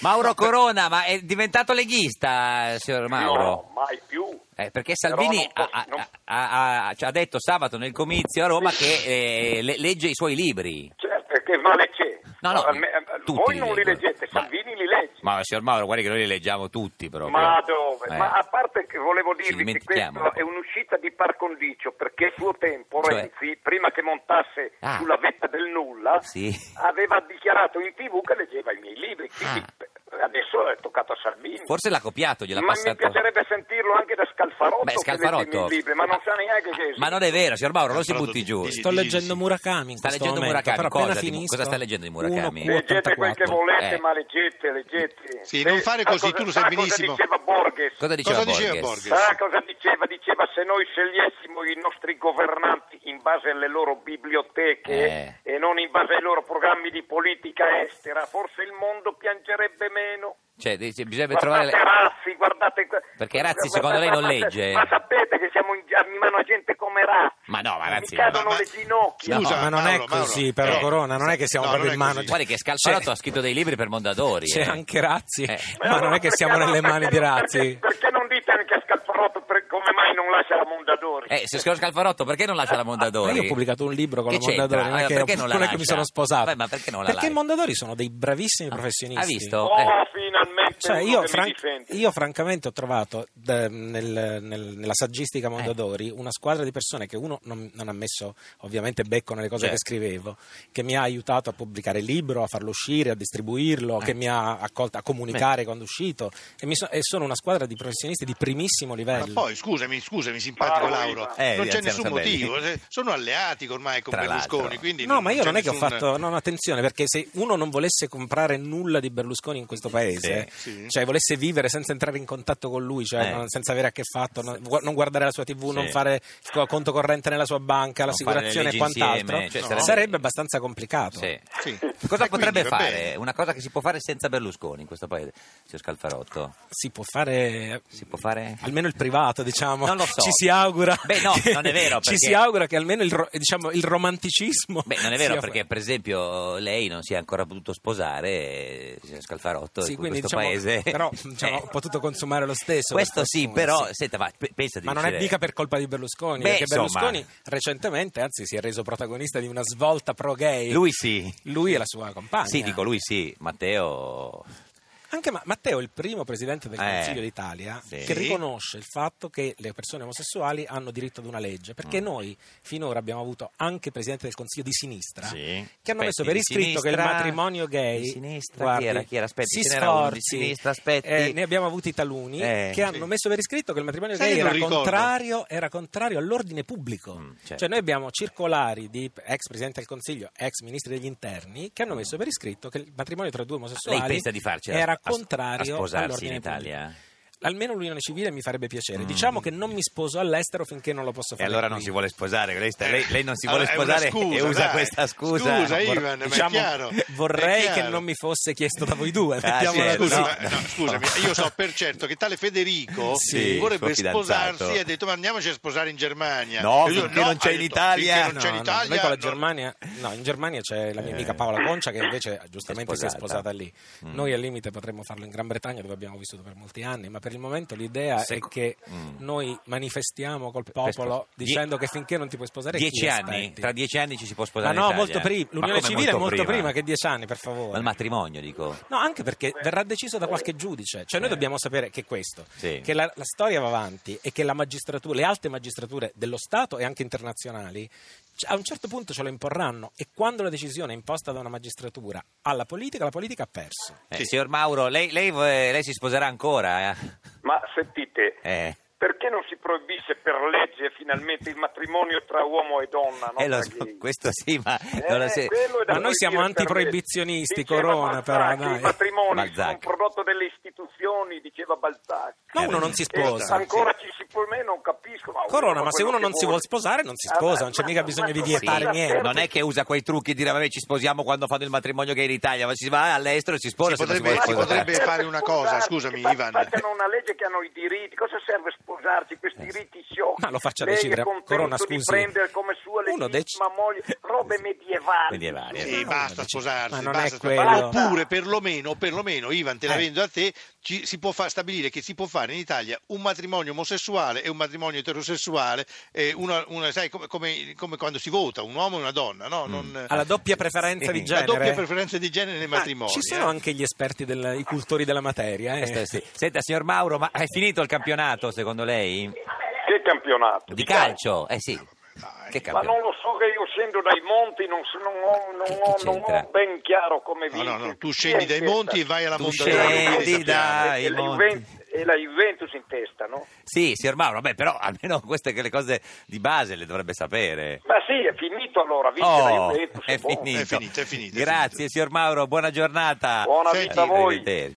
Mauro Corona, ma è diventato leghista, eh, signor Mauro? No, mai più. Eh, perché Però Salvini non ha, posso- ha- non- ha- ha- ci ha detto sabato nel comizio a Roma che eh, le- legge i suoi libri. Certo, perché ma legge. No, no, Alme- eh, tutti voi li non li leggono. leggete, Ma- Salvini li legge. Ma signor Mauro, guardi che noi li leggiamo tutti proprio. Ma dove? Eh. Ma a parte che volevo Ci dirvi che dimentichiamo. questa è un'uscita di par condicio perché a suo tempo Cioè? Renzi, prima che montasse Ah. sulla vetta del nulla, Sì. aveva dichiarato in tv che leggeva i miei libri. Quindi Ah. p- adesso è toccato a Salvini. Forse l'ha copiato, gliel'ha ma passato. mi piacerebbe sentirlo anche da Scalfarotto, Beh, che legge i Scalfarotto. miei libri, ma non sa neanche che Ma non è vero, signor Mauro, non si butti giù. Di- Sta Sto leggendo Murakami in questo leggendo momento, Murakami. però Cosa, appena di- finisco- cosa sta leggendo di Murakami? Uno- Leggete quel che 84. volete, Eh. ma leggete, leggete. Eh, Sì, non fare sa così, cosa- tu lo sai sa cosa benissimo. diceva Borges? Cosa diceva Cosa diceva Borges? Ah, cosa diceva? Diceva se noi scegliessimo i nostri governanti in base alle loro biblioteche Eh. e non in base ai loro programmi di politica estera, forse il mondo piangerebbe meno. Cioè, dice, bisognerebbe trovare... Guardate le- Razzi, guardate... Perché Razzi, secondo lei, non Ma- ma- legge? Ma sapete che siamo in, in mano a gente come Razzi. Ma no, ma Razzi- Mi cadono Ma- ma- le ginocchia. Scusa, No, ma non Mauro, è così, Mauro. però Eh, Corona, non è che siamo no, proprio non in è mano. così. di- Guardi che Scalfarotto C'è- ha scritto dei libri per Mondadori. Cioè, C'è eh. anche Razzi, Eh. ma non è che Perché siamo no? nelle mani di Perché- Perché, Razzi. perché non dite anche a Scalfarotto per- come mai non lascia la Mondadori? Eh, se signor Scalfarotto, perché non lascia la Ma Mondadori? Ah, io ho pubblicato un libro con Che la Mondadori, c'entra? non è Eh, che, perché non la non è che mi lascia? sono sposato. Beh, ma perché non la Perché i lascia? Mondadori sono dei bravissimi professionisti. Ha visto? Oh, eh. finalmente Cioè, uno io, che mi fran- difende. io francamente ho trovato d- nel- nel- nella saggistica Mondadori una squadra di persone che uno non, non ha messo ovviamente becco nelle cose Certo. che scrivevo, che mi ha aiutato a pubblicare il libro, a farlo uscire, a distribuirlo, che mi ha accolto a comunicare quando è uscito e, mi so- e sono una squadra di professionisti di primissimo Ma livello. poi scusami, scusami, simpatico Ma- Lauro, Eh, non c'è anziano nessun Sabelli. motivo, eh, sono alleati ormai con Tra Berlusconi, l'altro. quindi No, ma io c'è non è che ho nessun- fatto. No, no, attenzione, perché se uno non volesse comprare nulla di Berlusconi in questo paese, Sì. cioè volesse vivere senza entrare in contatto con lui, cioè Eh. non- senza avere a che fatto, non, gu- non guardare la sua TV, Sì. non fare il co- conto corrente nella sua banca, Non fare l'assicurazione le e leggi quant'altro, insieme, cioè, No. sarebbe- sarebbe abbastanza complicato. Sì. Sì. Cosa E quindi potrebbe va fare? bene. Una cosa che si può fare senza Berlusconi in questo paese, signor Scalfarotto? Si può fare. Si può fare? Almeno il privato, diciamo, Non lo so. ci si augura. Beh, no, che- non è vero, Ci perché- si augura che almeno il, ro- diciamo, il romanticismo. Beh, non è vero sia- perché, per esempio, lei non si è ancora potuto sposare, eh, signor Scalfarotto, Sì, in quindi, questo diciamo, paese. però, diciamo, Eh. ho potuto consumare lo stesso, Questo per sì, fortuna, però, sì. senta, ma pe- pensa di Ma non è riuscire- mica per colpa di Berlusconi, Beh, perché insomma. Berlusconi recentemente, anzi, si è reso protagonista di una svolta pro-gay. Lui sì. Lui e la sua compagna. Sì, dico lui sì, Matteo... Anche Ma- Matteo è il primo presidente del Eh, Consiglio d'Italia sì. che riconosce il fatto che le persone omosessuali hanno diritto ad una legge, Mm. perché noi finora abbiamo avuto anche presidenti del Consiglio di sinistra che hanno messo Aspetti, per di iscritto che il sinistra- matrimonio gay Di sinistra, guardi, chi era? Chi era? Aspetti, si ce n'era uno di sforzi, sinistra, aspetti. eh, ne abbiamo avuti taluni Eh, che hanno sì. messo per iscritto che il matrimonio Sai gay che era non ricordo? contrario, era contrario all'ordine pubblico Mm, certo. cioè noi abbiamo circolari di ex presidente del consiglio ex ministri degli interni che hanno messo per iscritto che il matrimonio tra due omosessuali Lei pensa di farcela era a- a contrario sposarsi in all'ordine Italia? Mm. pubblico. Almeno l'unione civile mi farebbe piacere. Diciamo che non mi sposo all'estero finché non lo posso E fare. allora non qui. si vuole sposare, lei, sta- lei- lei non si vuole Allora, Eh, è una sposare scusa, e usa dai. questa scusa. Scusa, Vor- Ivan, ma è Diciamo, chiaro, è vorrei che chiaro. non mi fosse chiesto da voi due. Ah, mettiamola certo. così. Eh, Scusa, No, ma- no, no. scusami, io so per certo che tale Federico Sì, vorrebbe suo fidanzato. sposarsi e ha detto ma andiamoci a sposare in Germania. No, E io, finché non c'è ha in detto, Italia. finché non c'è in No, no, Italia, noi con la no. Germania, no, in Germania c'è la mia amica Paola Concia che invece giustamente Eh. È si è sposata. Mm. sposata lì. Noi al limite potremmo farlo in Gran Bretagna dove abbiamo vissuto per molti anni, ma per il momento l'idea Se- è che Mm. noi manifestiamo col spos- popolo Die- dicendo che finché non ti puoi sposare Dieci chi anni, aspetti? tra dieci anni ci si può Ma sposare no, in Italia. molto prima. Ma L'unione come civile è molto prima che dieci anni, per favore. Ma il matrimonio, dico. No, anche perché verrà deciso da qualche giudice. Cioè, noi dobbiamo sapere che questo, Sì. che la, la storia va avanti e che la magistratura, le alte magistrature dello Stato e anche internazionali, c- a un certo punto ce lo imporranno. E quando la decisione è imposta da una magistratura alla politica, la politica ha perso. Eh, Sì. Signor Mauro, lei, lei, eh, lei si sposerà ancora? eh? Ma sentite, Eh. perché non si proibisce per legge finalmente il matrimonio tra uomo e donna? no? Eh, lo Tra so, gay? questo sì, ma Eh, non lo so. quello è da Ma noi siamo proibire per antiproibionisti, legge. Diceva Corona, però, Balzac, dai. I matrimoni sono un Balzac. prodotto delle istituzioni, diceva Balzac. Ma Eh, uno non beh, si E sposa. ancora ci si può, me non capisco. Ma Corona, fa ma se quello uno che non si vuol sposare, non si sposa, Ah, non c'è ma- mica ma- bisogno di ma- certo vietare ma- niente. Non è che usa quei trucchi e dire vabbè ci sposiamo quando fanno il matrimonio gay in Italia, ma si va all'estero e si sposa Si se non si potrebbe- vuole si sposare. potrebbe- fare una cosa, scusami, Ivan. Facciano una legge che hanno i diritti, cosa serve sposarsi, questi Eh, sì. riti sciocchi. Ma lo faccia Lei decidere, è contento Corona, di scusi. prendere come sua Uno legittima dei- moglie robe medievali. Medievali, eh. Sì, no, basta dice- sposarsi, Eh, ma non basta è sposarsi. quello. Oppure perlomeno, perlomeno, Ivan, te la Eh. vendo a te, ci- si può fa- stabilire che si può fare in Italia un matrimonio omosessuale e un matrimonio eterosessuale, eh, una- una- sai, come, come- come quando si vota, un uomo e una donna, no? Non- Mm. alla doppia preferenza di Sì. la genere. doppia preferenza di genere nei Ah, matrimoni. Ci sono eh. anche gli esperti, del- i cultori della materia. eh. Questo è sì. Senta, signor Mauro, ma è finito il campionato secondo lei? Che campionato? Di calcio? Eh sì. dai. Che Ma non campionato? lo so che io scendo dai monti, non, so- non ho, non Che- che ho- non c'entra? ho ben chiaro come No, vince. no, no, tu Chi scendi è in dai monti e testa? vai alla Tu Mondragone. scendi quindi sappiamo. dai- E, la monti. Juventus, e la Juventus in testa, no? Sì, signor Mauro, vabbè, però almeno queste che le cose di base le dovrebbe sapere. Ma sì, è finito allora, vince la Oh, Juventus. è buono. finito. È finito, è finito, è Grazie, signor Mauro, buona giornata. Eh, Buona vita a voi. Arrivederci.